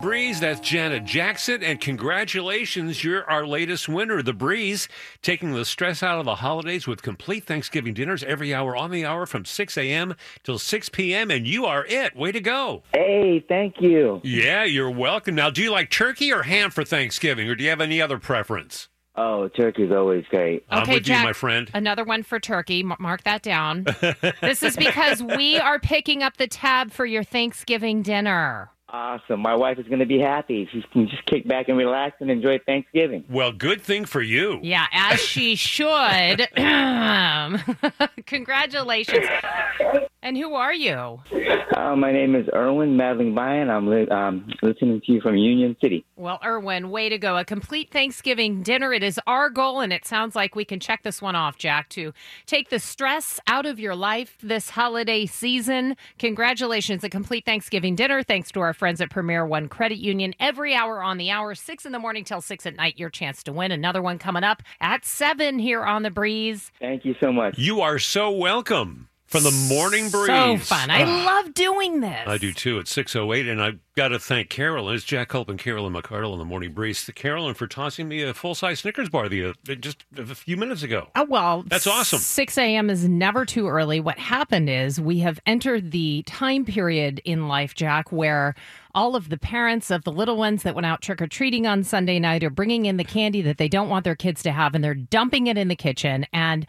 Breeze, that's Janet Jackson, and congratulations, you're our latest winner. The Breeze, taking the stress out of the holidays with complete Thanksgiving dinners every hour on the hour from 6 a.m. till 6 p.m., and you are it. Way to go. Hey, thank you. Yeah, you're welcome. Now, do you like turkey or ham for Thanksgiving, or do you have any other preference? Oh, turkey's always great. I'm with you, my friend. Another one for turkey. M- Mark that down. this is because we are picking up the tab for your Thanksgiving dinner. Awesome. My wife is going to be happy. She can just kick back and relax and enjoy Thanksgiving. Well, good thing for you. Yeah, as she should. Congratulations. And who are you? Uh, my name is Erwin Madeline Bryan. I'm li- um, listening to you from Union City. Well, Erwin, way to go. A complete Thanksgiving dinner. It is our goal, and it sounds like we can check this one off, Jack, to take the stress out of your life this holiday season. Congratulations. A complete Thanksgiving dinner. Thanks to our friends at Premier One Credit Union. Every hour on the hour, six in the morning till six at night, your chance to win. Another one coming up at seven here on The Breeze. Thank you so much. You are so welcome from the Morning Breeze. Ah. So fun. I Ugh. love doing this. I do too. It's 608, and I've got to thank Carolyn. It's Jack Culp and Carolyn McCardle in the Morning Breeze. Carolyn for tossing me a full size Snickers bar the uh, just a few minutes ago. Oh, well, That's awesome. 6 a.m. is never too early. What happened is we have entered the time period in life, Jack, where all of the parents of the little ones that went out trick or treating on Sunday night are bringing in the candy that they don't want their kids to have and they're dumping it in the kitchen. And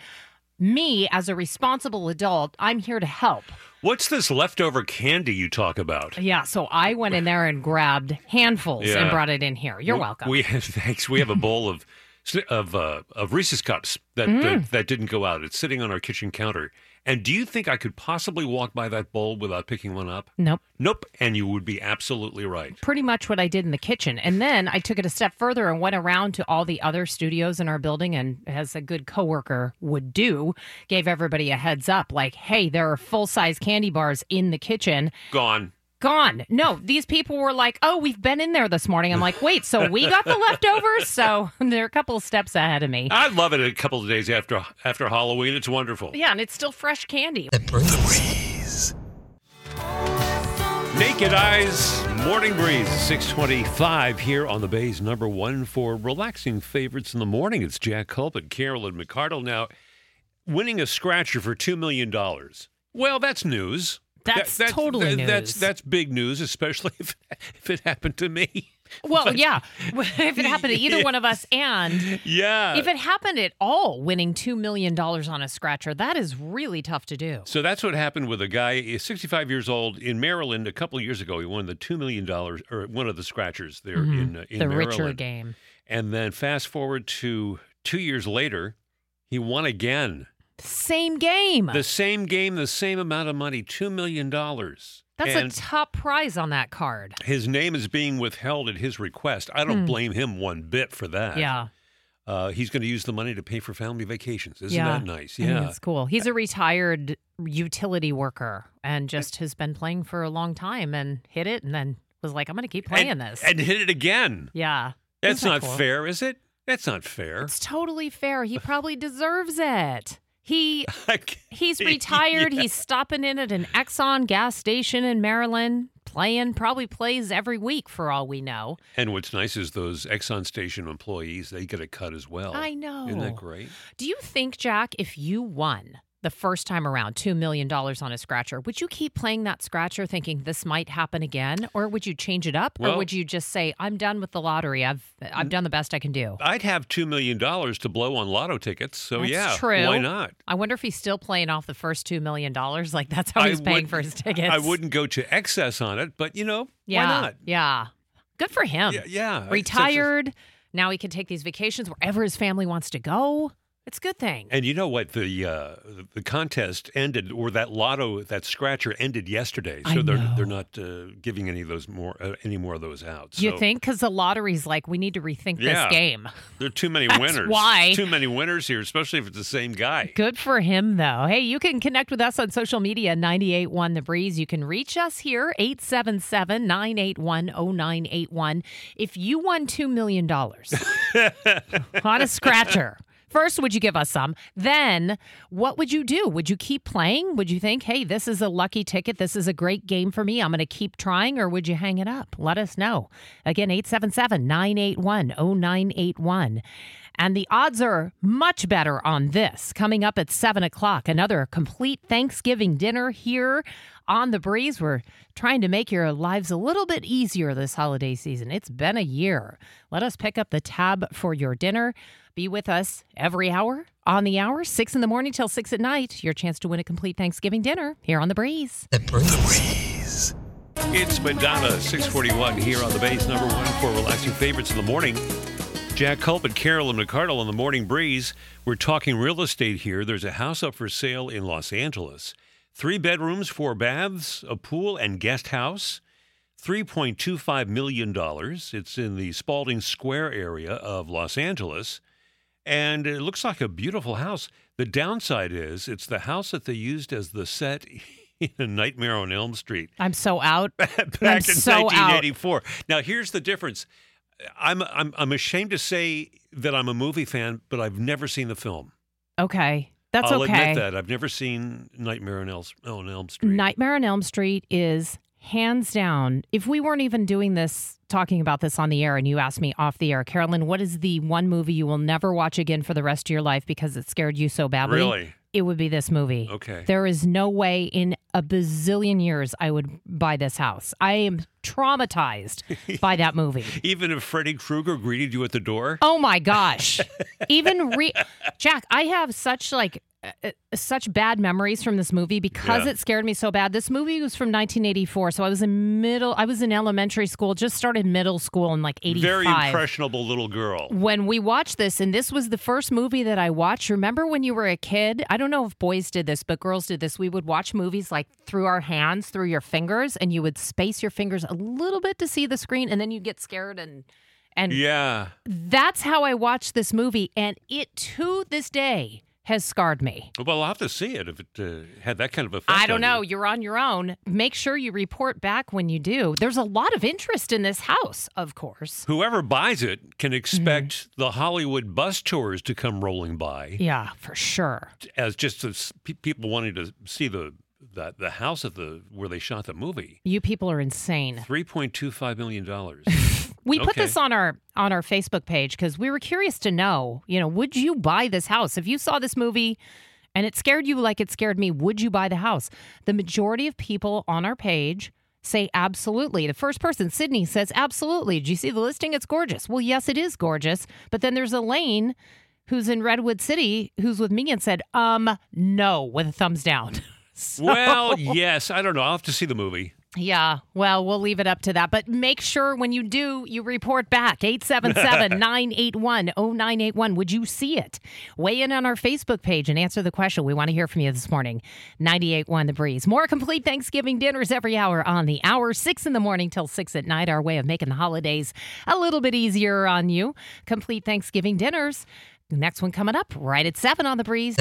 me, as a responsible adult, I'm here to help. What's this leftover candy you talk about? Yeah, so I went in there and grabbed handfuls Yeah. and brought it in here. You're We- welcome. We thanks. We have a bowl of sni- of uh, of Reese's cups that Mm. that, that didn't go out. It's sitting on our kitchen counter. And do you think I could possibly walk by that bowl without picking one up? nope. Nope. And you would be absolutely right. pretty much what I did in the kitchen. And then I took it a step further and went around to all the other studios in our building and as a good coworker would do, gave everybody a heads up like, "Hey, there are full-size candy bars in the kitchen." Gone. Gone. No, these people were like, "Oh, we've been in there this morning." I'm like, "Wait, so we got the leftovers?" So, they're a couple of steps ahead of me. I love it. A couple of days after after Halloween, it's wonderful. Yeah, and it's still fresh candy. Naked Eyes Morning Breeze 625 here on the Bay's number one for relaxing favorites in the morning. It's Jack Culp and Carolyn McCardle. Now, winning a scratcher for $2 million. Well, that's news. That's totally that- news. That's, that's big news, especially if, if it happened to me. Well, yeah. if it happened to either one of us and Yeah. if it happened at all, winning $2 million on a scratcher, that is really tough to do. So that's what happened with a guy, he's 65 years old in Maryland. A couple of years ago, he won the $2 million or one of the scratchers there in, uh, in Mm-hmm. the Maryland. richer game. And then fast forward to two years later, he won again. Same game. The same game, the same amount of money, $2 million. That's That's and a top prize on that card. his name is being withheld at his request. I don't blame him one bit for that. Hmm. Yeah. Uh, he's going to use the money to pay for family vacations. Isn't yeah. that nice? I think Yeah. It's cool. He's a retired utility worker and just has been playing for a long time and hit it and then was like, I'm going to keep playing and, this. And hit it again. yeah. That's Isn't not that cool? fair, is it? That's not fair. It's totally fair. He probably deserves it. He Like- He's retired. He's stopping in at an Exxon gas station in Maryland, playing, probably plays every week for all we know. and what's nice is those Exxon station employees, they get a cut as well. I know. Isn't that great? Do you think, Jack, if you won the first time around $2 million on a scratcher, would you keep playing that scratcher thinking this might happen again? Or would you change it up? Well- Mm. or would you just say, I'm done with the lottery? I've, I've done the best I can do? I'd have $2 million to blow on lotto tickets. So, That's yeah. true. Why not? I wonder if he's still playing off the first $2 million. Like, that's how he's paying wouldn't- for his tickets. I wouldn't go to excess on it, but you know, Yeah. why not? Yeah. Good for him. Yeah, yeah. It's such a- Retired. now he can take these vacations wherever his family wants to go. It's a good thing. And you know what? The uh, the contest ended, or that lotto, that scratcher ended yesterday. So I they're know. they're not uh, giving any of those more uh, any more of those out. you So think? Because the lottery's like, we need to rethink Yeah. this game. there are too many That's winners. why. too many winners here, especially if it's the same guy. Good for him, though. Hey, you can connect with us on social media, 981 The Breeze. You can reach us here, 877 981 0981. If you won $2 million on a scratcher, first, would you give us some? Then, what would you do? Would you keep playing? Would you think, hey, this is a lucky ticket? This is a great game for me. I'm going to keep trying, or would you hang it up? Let us know. Again, 877 981 0981. And the odds are much better on this. Coming up at 7 o'clock, another complete Thanksgiving dinner here on The Breeze. We're trying to make your lives a little bit easier this holiday season. It's been a year. Let us pick up the tab for your dinner. Be with us every hour on the hour, 6 in the morning till 6 at night. Your chance to win a complete Thanksgiving dinner here on The Breeze. It's Madonna, 641 here on the base, number one for relaxing favorites in the morning. Jack Culp and Carolyn McCardle on the Morning Breeze. We're talking real estate here. There's a house up for sale in Los Angeles. Three bedrooms, four baths, a pool, and guest house. $3.25 million. It's in the Spalding Square area of Los Angeles. And it looks like a beautiful house. The downside is it's the house that they used as the set in Nightmare on Elm Street I'm so out. I'm back in so out. 1984. Now here's the difference. I'm I'm I'm ashamed to say that I'm a movie fan, but I've never seen the film. Okay. That's I'll okay. admit that I've never seen Nightmare on Elm, on Elm Street. Nightmare on Elm Street is hands down. If we weren't even doing this, talking about this on the air, and you asked me off the air, Carolyn, what is the one movie you will never watch again for the rest of your life because it scared you so badly? Really? It would be this movie. Okay. There is no way in a bazillion years I would buy this house. I am traumatized by that movie. Even if Freddy Krueger greeted you at the door. Oh my gosh. Even re- Jack, I have such like uh, uh, such bad memories from this movie because Yeah. it scared me so bad. This movie was from 1984, so I was in middle I was in elementary school, just started middle school in like 85. Very impressionable little girl. When we watched this, and this was the first movie that I watched. Remember when you were a kid? I don't know if boys did this, but girls did this. We would watch movies like through our hands, through your fingers, and you would space your fingers a little bit to see the screen, and then you get scared and and Yeah. that's how I watched this movie, and it to this day has scarred me. Well, I'll have to see it if it uh, had that kind of effect. I don't on know. you. You're on your own. Make sure you report back when you do. There's a lot of interest in this house, of course. Whoever buys it Mm-hmm. can expect the Hollywood bus tours to come rolling by. Yeah, for sure. as just as pe- people wanting to see the, the the house of the where they shot the movie. You people are insane. Three point two five million dollars. We put Okay. this on our on our Facebook page because we were curious to know. You know, would you buy this house if you saw this movie? And it scared you like it scared me. Would you buy the house? The majority of people on our page say absolutely. The first person, Sydney, says absolutely. Did you see the listing? It's gorgeous. Well, yes, it is gorgeous. But then there's Elaine, who's in Redwood City, who's with me, and said, um, no, with a thumbs down. well, yes, I don't know. I'll have to see the movie. Yeah, well, we'll leave it up to that. But make sure when you do, you report back 877 981 0981. Would you see it? Weigh in on our Facebook page and answer the question. We want to hear from you this morning. 981 The Breeze. More complete Thanksgiving dinners every hour on the hour, 6 in the morning till 6 at night. Our way of making the holidays a little bit easier on you. Complete Thanksgiving dinners. The next one coming up right at 7 on The Breeze.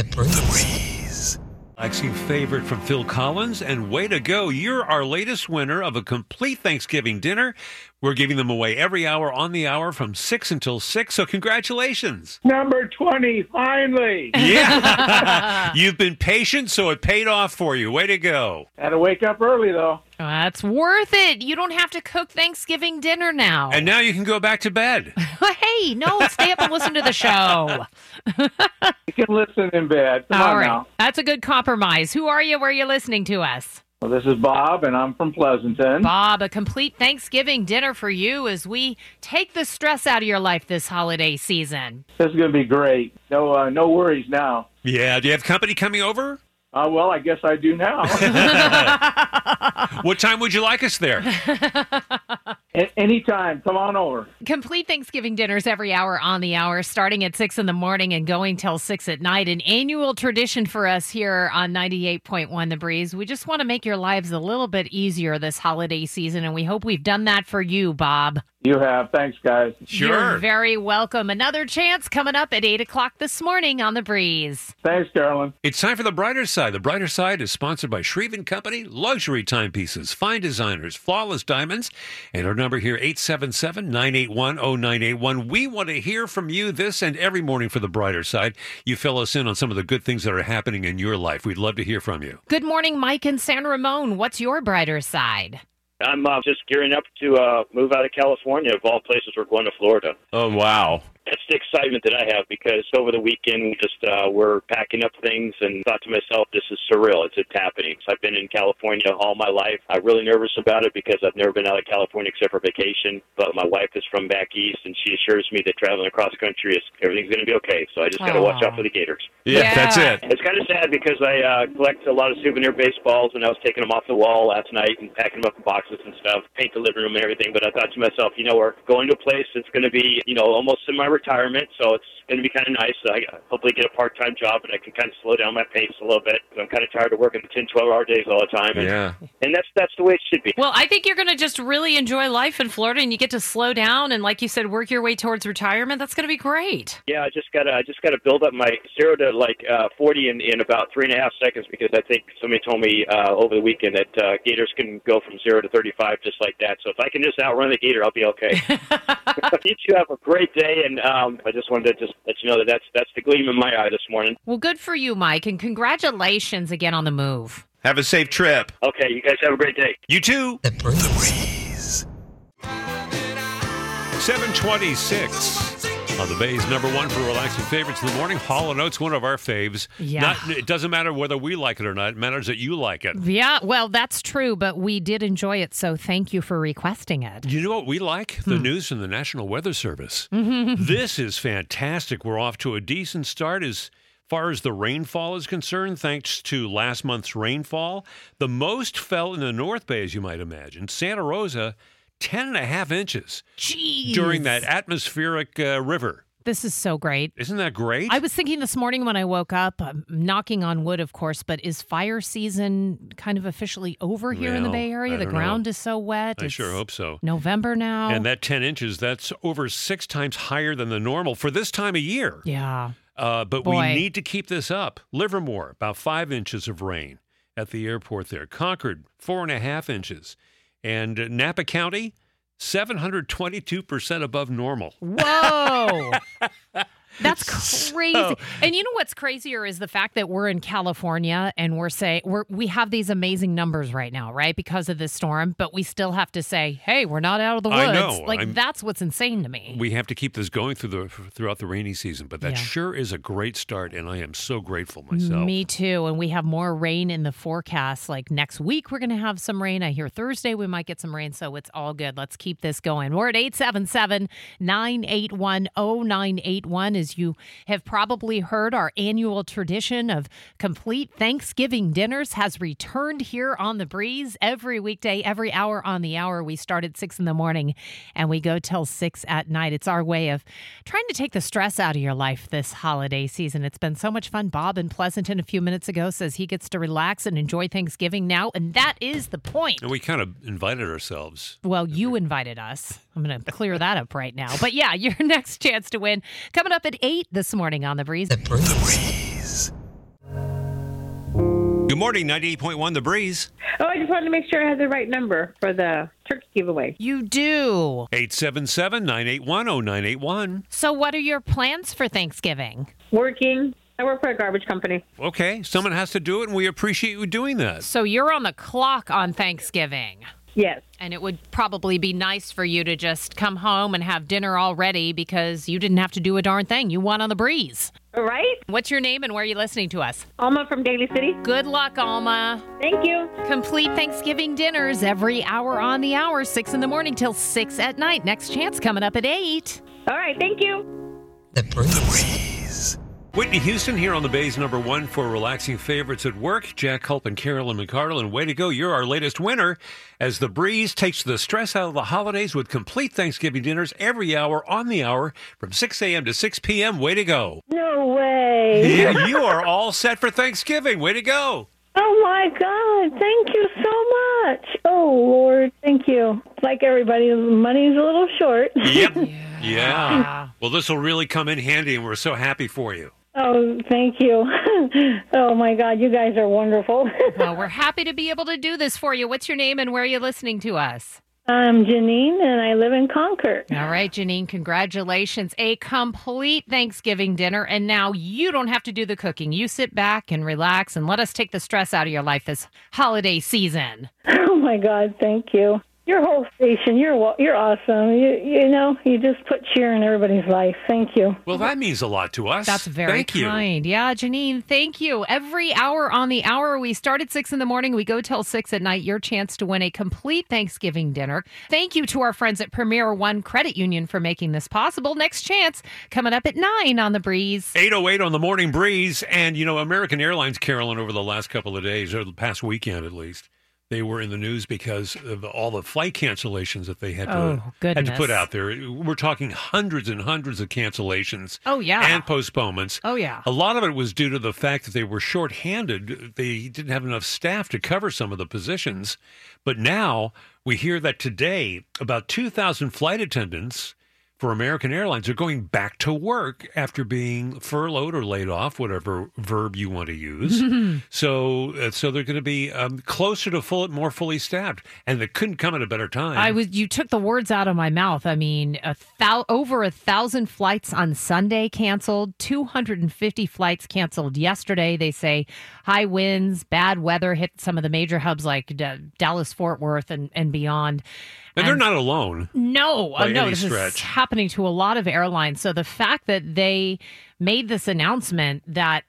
Lexi favorite from Phil Collins, and way to go! You're our latest winner of a complete Thanksgiving dinner. We're giving them away every hour on the hour from six until six. So congratulations! Number 20, finally. Yeah, you've been patient, so it paid off for you. Way to go! Had to wake up early, though. That's worth it. You don't have to cook Thanksgiving dinner now. And now you can go back to bed. hey, no, stay up and listen to the show. You can listen in bed. Oh, Come All on right. now. That's a good compromise. Who are you? Where are you listening to us? Well, this is Bob, and I'm from Pleasanton. Bob, a complete Thanksgiving dinner for you as we take the stress out of your life this holiday season. This is going to be great. No, uh, no worries now. Yeah, do you have company coming over? Uh, well, I guess I do now. What time would you like us there? A- anytime, come on over. Complete Thanksgiving dinners every hour on the hour, starting at six in the morning and going till six at night. An annual tradition for us here on 98.1 The Breeze. We just want to make your lives a little bit easier this holiday season, and we hope we've done that for you, Bob. You have. Thanks, guys. You're very welcome. Another chance coming up at eight o'clock this morning on The Breeze. Thanks, Carolyn. It's time for the brighter side. The brighter side is sponsored by Shreve & Company, luxury timepieces, fine designers, flawless diamonds, and our number here 877-981-0981. We want to hear from you this and every morning for the brighter side. You fill us in on some of the good things that are happening in your life. We'd love to hear from you. Good morning, Mike and San Ramon. What's your brighter side? I'm uh, just gearing up to uh, move out of California. Of all places, we're going to Florida. Oh, wow. That's the excitement that I have because over the weekend, we just uh, were packing up things and thought to myself, "This is surreal. It's, it's happening." So I've been in California all my life. I'm really nervous about it because I've never been out of California except for vacation. But my wife is from back east, and she assures me that traveling across country is everything's going to be okay. So I just got to watch Aw. out for the gators. Yeah, Yeah. that's it. It's kind of sad because I uh, collect a lot of souvenir baseballs, and I was taking them off the wall last night and packing them up in boxes and stuff, paint the living room and everything. But I thought to myself, you know, we're going to a place that's going to be, you know, almost in my retirement, so it's going to be kind of nice. I hopefully get a part-time job, and I can kind of slow down my pace a little bit. I'm kind of tired of working 10, 12-hour days all the time, and, Yeah. and that's that's the way it should be. Well, I think you're going to just really enjoy life in Florida and you get to slow down and, like you said, work your way towards retirement. That's going to be great. Yeah, I just gotta I just gotta build up my zero to like uh, forty in, in about three and a half seconds because I think somebody told me uh, over the weekend that uh, gators can go from zero to thirty five just like that. So if I can just outrun the gator, I'll be okay. you two have a great day, and um, I just wanted to just let you know that that's that's the gleam in my eye this morning. Well, good for you, Mike, and congratulations again on the move. Have a safe trip. Okay, you guys have a great day. You too. 726 on the Bay's number one for relaxing favorites in the morning. Hall & Oates, one of our faves. Yeah. Not- it doesn't matter whether we like it or not. It matters that you like it. Yeah, well, that's true, but we did enjoy it, so thank you for requesting it. You know what we like? Hmm. The news from the National Weather Service. this is fantastic. We're off to a decent start as far as the rainfall is concerned, thanks to last month's rainfall. The most fell in the North Bay, as you might imagine. Santa Rosa, 10 and a half inches Jeez. during that atmospheric uh, river. This is so great. Isn't that great? I was thinking this morning when I woke up, um, knocking on wood, of course, but is fire season kind of officially over here in the Well, Bay Area? I The don't know. ground is so wet. I It's sure hope so. November now. And that 10 inches, that's over six times higher than the normal for this time of year. yeah. Uh, but Boy. we need to keep this up. Livermore, about five inches of rain at the airport there. Concord, four and a half inches. And uh, Napa County, 722% above normal. Whoa. That's crazy. and you know what's crazier is the fact that we're in California and we're say we're we have these amazing numbers right now, right? Because of this storm, but we still have to say, "Hey, we're not out of the woods." I know. Like I'm- that's what's insane to me. We have to keep this going through the throughout the rainy season, but that Yeah. sure is a great start, and I am so grateful myself. Me too. And we have more rain in the forecast. Like next week, we're going to have some rain. I hear Thursday we might get some rain. So it's all good. Let's keep this going. We're at 877 981 0981. As you have probably heard, our annual tradition of complete Thanksgiving dinners has returned here on the breeze every weekday, every hour on the hour. We start at six in the morning and we go till six at night. It's our way of trying to take the stress out of your life this holiday season. It's been so much fun. Bob in Pleasanton a few minutes ago says he gets to relax and enjoy Thanksgiving now, and that is the point. And we kind of invited ourselves. Well, you invited us. I'm going to clear that up right now. But yeah, your next chance to win coming up at 8 this morning on The Breeze. Good morning, 98.1 The Breeze. Oh, I just wanted to make sure I had the right number for the turkey giveaway. You do. 877 981 0981. So, what are your plans for Thanksgiving? Working. I work for a garbage company. Okay, someone has to do it, and we appreciate you doing that. So, you're on the clock on Thanksgiving. Yes. And it would probably be nice for you to just come home and have dinner already because you didn't have to do a darn thing. You won on the breeze. All right. What's your name and where are you listening to us? Alma from Daly City. Good luck, Alma. Thank you. Complete Thanksgiving dinners every hour on the hour, 6 in the morning till 6 at night. Next chance coming up at 8. All right. Thank you. Whitney Houston here on the Bay's number one for relaxing favorites at work. Jack Culp and Carolyn McCardle, and way to go! You're our latest winner as the breeze takes the stress out of the holidays with complete Thanksgiving dinners every hour on the hour from 6 a.m. to 6 p.m. Way to go! No way. Yeah, you are all set for Thanksgiving. Way to go! Oh my God. Thank you so much. Oh Lord. Thank you. Like everybody, money's a little short. Yep. Yeah. Well, this will really come in handy, and we're so happy for you. Oh, thank you. oh my God. You guys are wonderful. Well, we're happy to be able to do this for you. What's your name and where are you listening to us? I'm Janine and I live in Concord. All right, Janine, congratulations. A complete Thanksgiving dinner. And now you don't have to do the cooking. You sit back and relax and let us take the stress out of your life this holiday season. Oh my God. Thank you. Your whole station, you're wa- you're awesome. You you know, you just put cheer in everybody's life. Thank you. Well, that means a lot to us. That's very Thank you. kind. Yeah, Janine, thank you. Every hour on the hour, we start at six in the morning, we go till six at night. Your chance to win a complete Thanksgiving dinner. Thank you to our friends at Premier One Credit Union for making this possible. Next chance coming up at nine on the breeze. 808 on the morning breeze. And, you know, American Airlines, Carolyn, over the last couple of days, or the past weekend at least, they were in the news because of all the flight cancellations that they had to, Oh, had to goodness. put out there. We're talking hundreds and hundreds of cancellations Oh yeah. and postponements. oh yeah. A lot of it was due to the fact that they were shorthanded. They didn't have enough staff to cover some of the positions. But now we hear that today about 2,000 flight attendants for American Airlines are going back to work after being furloughed or laid off, whatever verb you want to use. so, uh, so they're going to be um, closer to full, more fully staffed, and they couldn't come at a better time. I was. You took the words out of my mouth. I mean, a thou, over a thousand flights on Sunday canceled. Two hundred and fifty flights canceled yesterday. They say high winds, bad weather hit some of the major hubs like D- Dallas, Fort Worth, and and beyond. and they're not alone. No, uh, By no, any this is stretch. happening to a lot of airlines. So the fact that they made this announcement that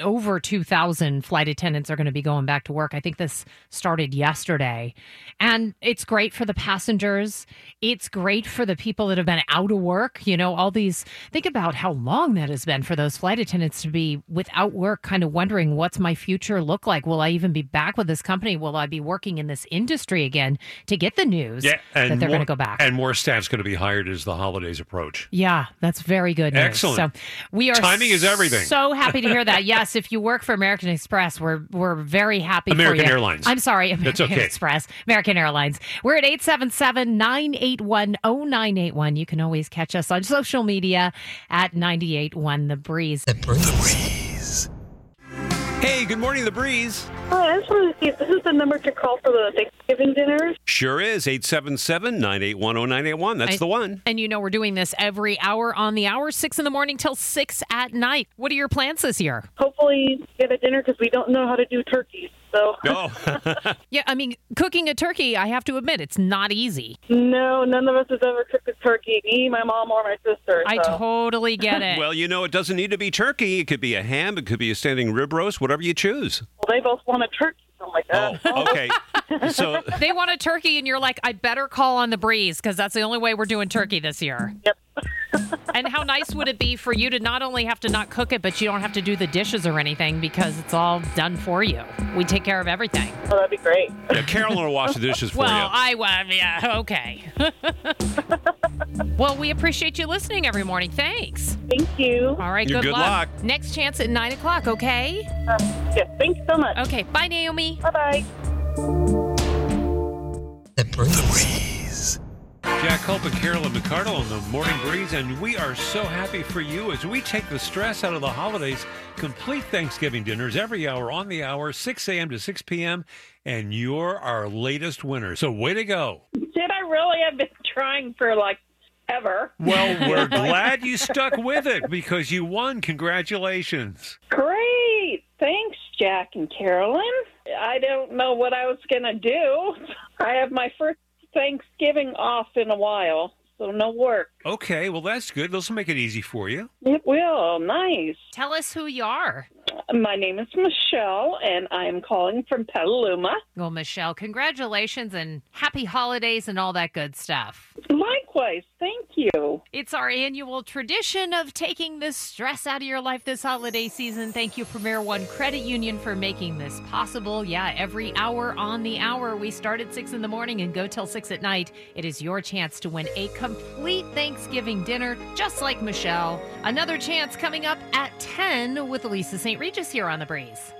over 2,000 flight attendants are going to be going back to work, I think this started yesterday. And it's great for the passengers. It's great for the people that have been out of work. You know, all these, think about how long that has been for those flight attendants to be without work, kind of wondering what's my future look like? Will I even be back with this company? Will I be working in this industry again to get the news that they're more- going to go back? And more staff's going to be hired as the holidays approach. Yeah, that's very good. News. Excellent. So we are Timing is everything. So happy to hear that. Yes, if you work for American Express, we're we're very happy. American for you. Airlines. I'm sorry, American That's okay. Express, American Airlines. We're at 877-981-0981. You can always catch us on social media at 981 The Breeze. Hey, good morning, The Breeze. I just wanted to see if this is the number to call for the Thanksgiving dinner. Sure is. 877 981 0981. That's I- the oh, one. And you know we're doing this every hour on the hour, six in the morning till six at night. What are your plans this year? Hopefully, get a dinner because we don't know how to do turkeys. So No. Yeah, I mean, cooking a turkey, I have to admit, it's not easy. no, none of us has ever cooked a turkey. Me, my mom, or my sister. I Uh, so. totally get it. well, you know, it doesn't need to be turkey. It could be a ham. It could be a standing rib roast, whatever you choose. well, they both want a turkey. So I'm like, Oh, uh, okay. so, they want a turkey and you're like i better call on the breeze because that's the only way we're doing turkey this year Yep. and how nice would it be for you to not only have to not cook it but you don't have to do the dishes or anything because it's all done for you we take care of everything oh, that'd be great. yeah, Carolyn will wash the dishes for well you. i well, yeah okay well we appreciate you listening every morning thanks Thank you. all right You good, good luck. luck. next chance at nine o'clock okay Um, Yes, thanks so much. okay bye naomi Bye bye. Jack Culp and Carolyn McCardle on the Morning Breeze, and we are so happy for you as we take the stress out of the holidays. Complete Thanksgiving dinners every hour on the hour, 6 a.m. to 6 p.m., and you're our latest winner. So, way to go. Did I really? I've been trying for like ever. Well, we're glad you stuck with it because you won. Congratulations. Great. Thanks, Jack and Carolyn. I don't know what I was going to do. I have my first Thanksgiving off in a while, so no work. Okay, well, that's good. This will make it easy for you. It will. Nice. tell us who you are My name is Michelle, and I am calling from Petaluma. Well, Michelle, congratulations and happy holidays and all that good stuff. Yeah, Likewise. Thank you. It's our annual tradition of taking the stress out of your life this holiday season. Thank you, Premier One Credit Union, for making this possible. Yeah, every hour on the hour, we start at 6 in the morning and go till 6 at night. It is your chance to win a complete Thanksgiving dinner, just like Michelle. Another chance coming up at 10 with Lisa St. Regis here on The Breeze.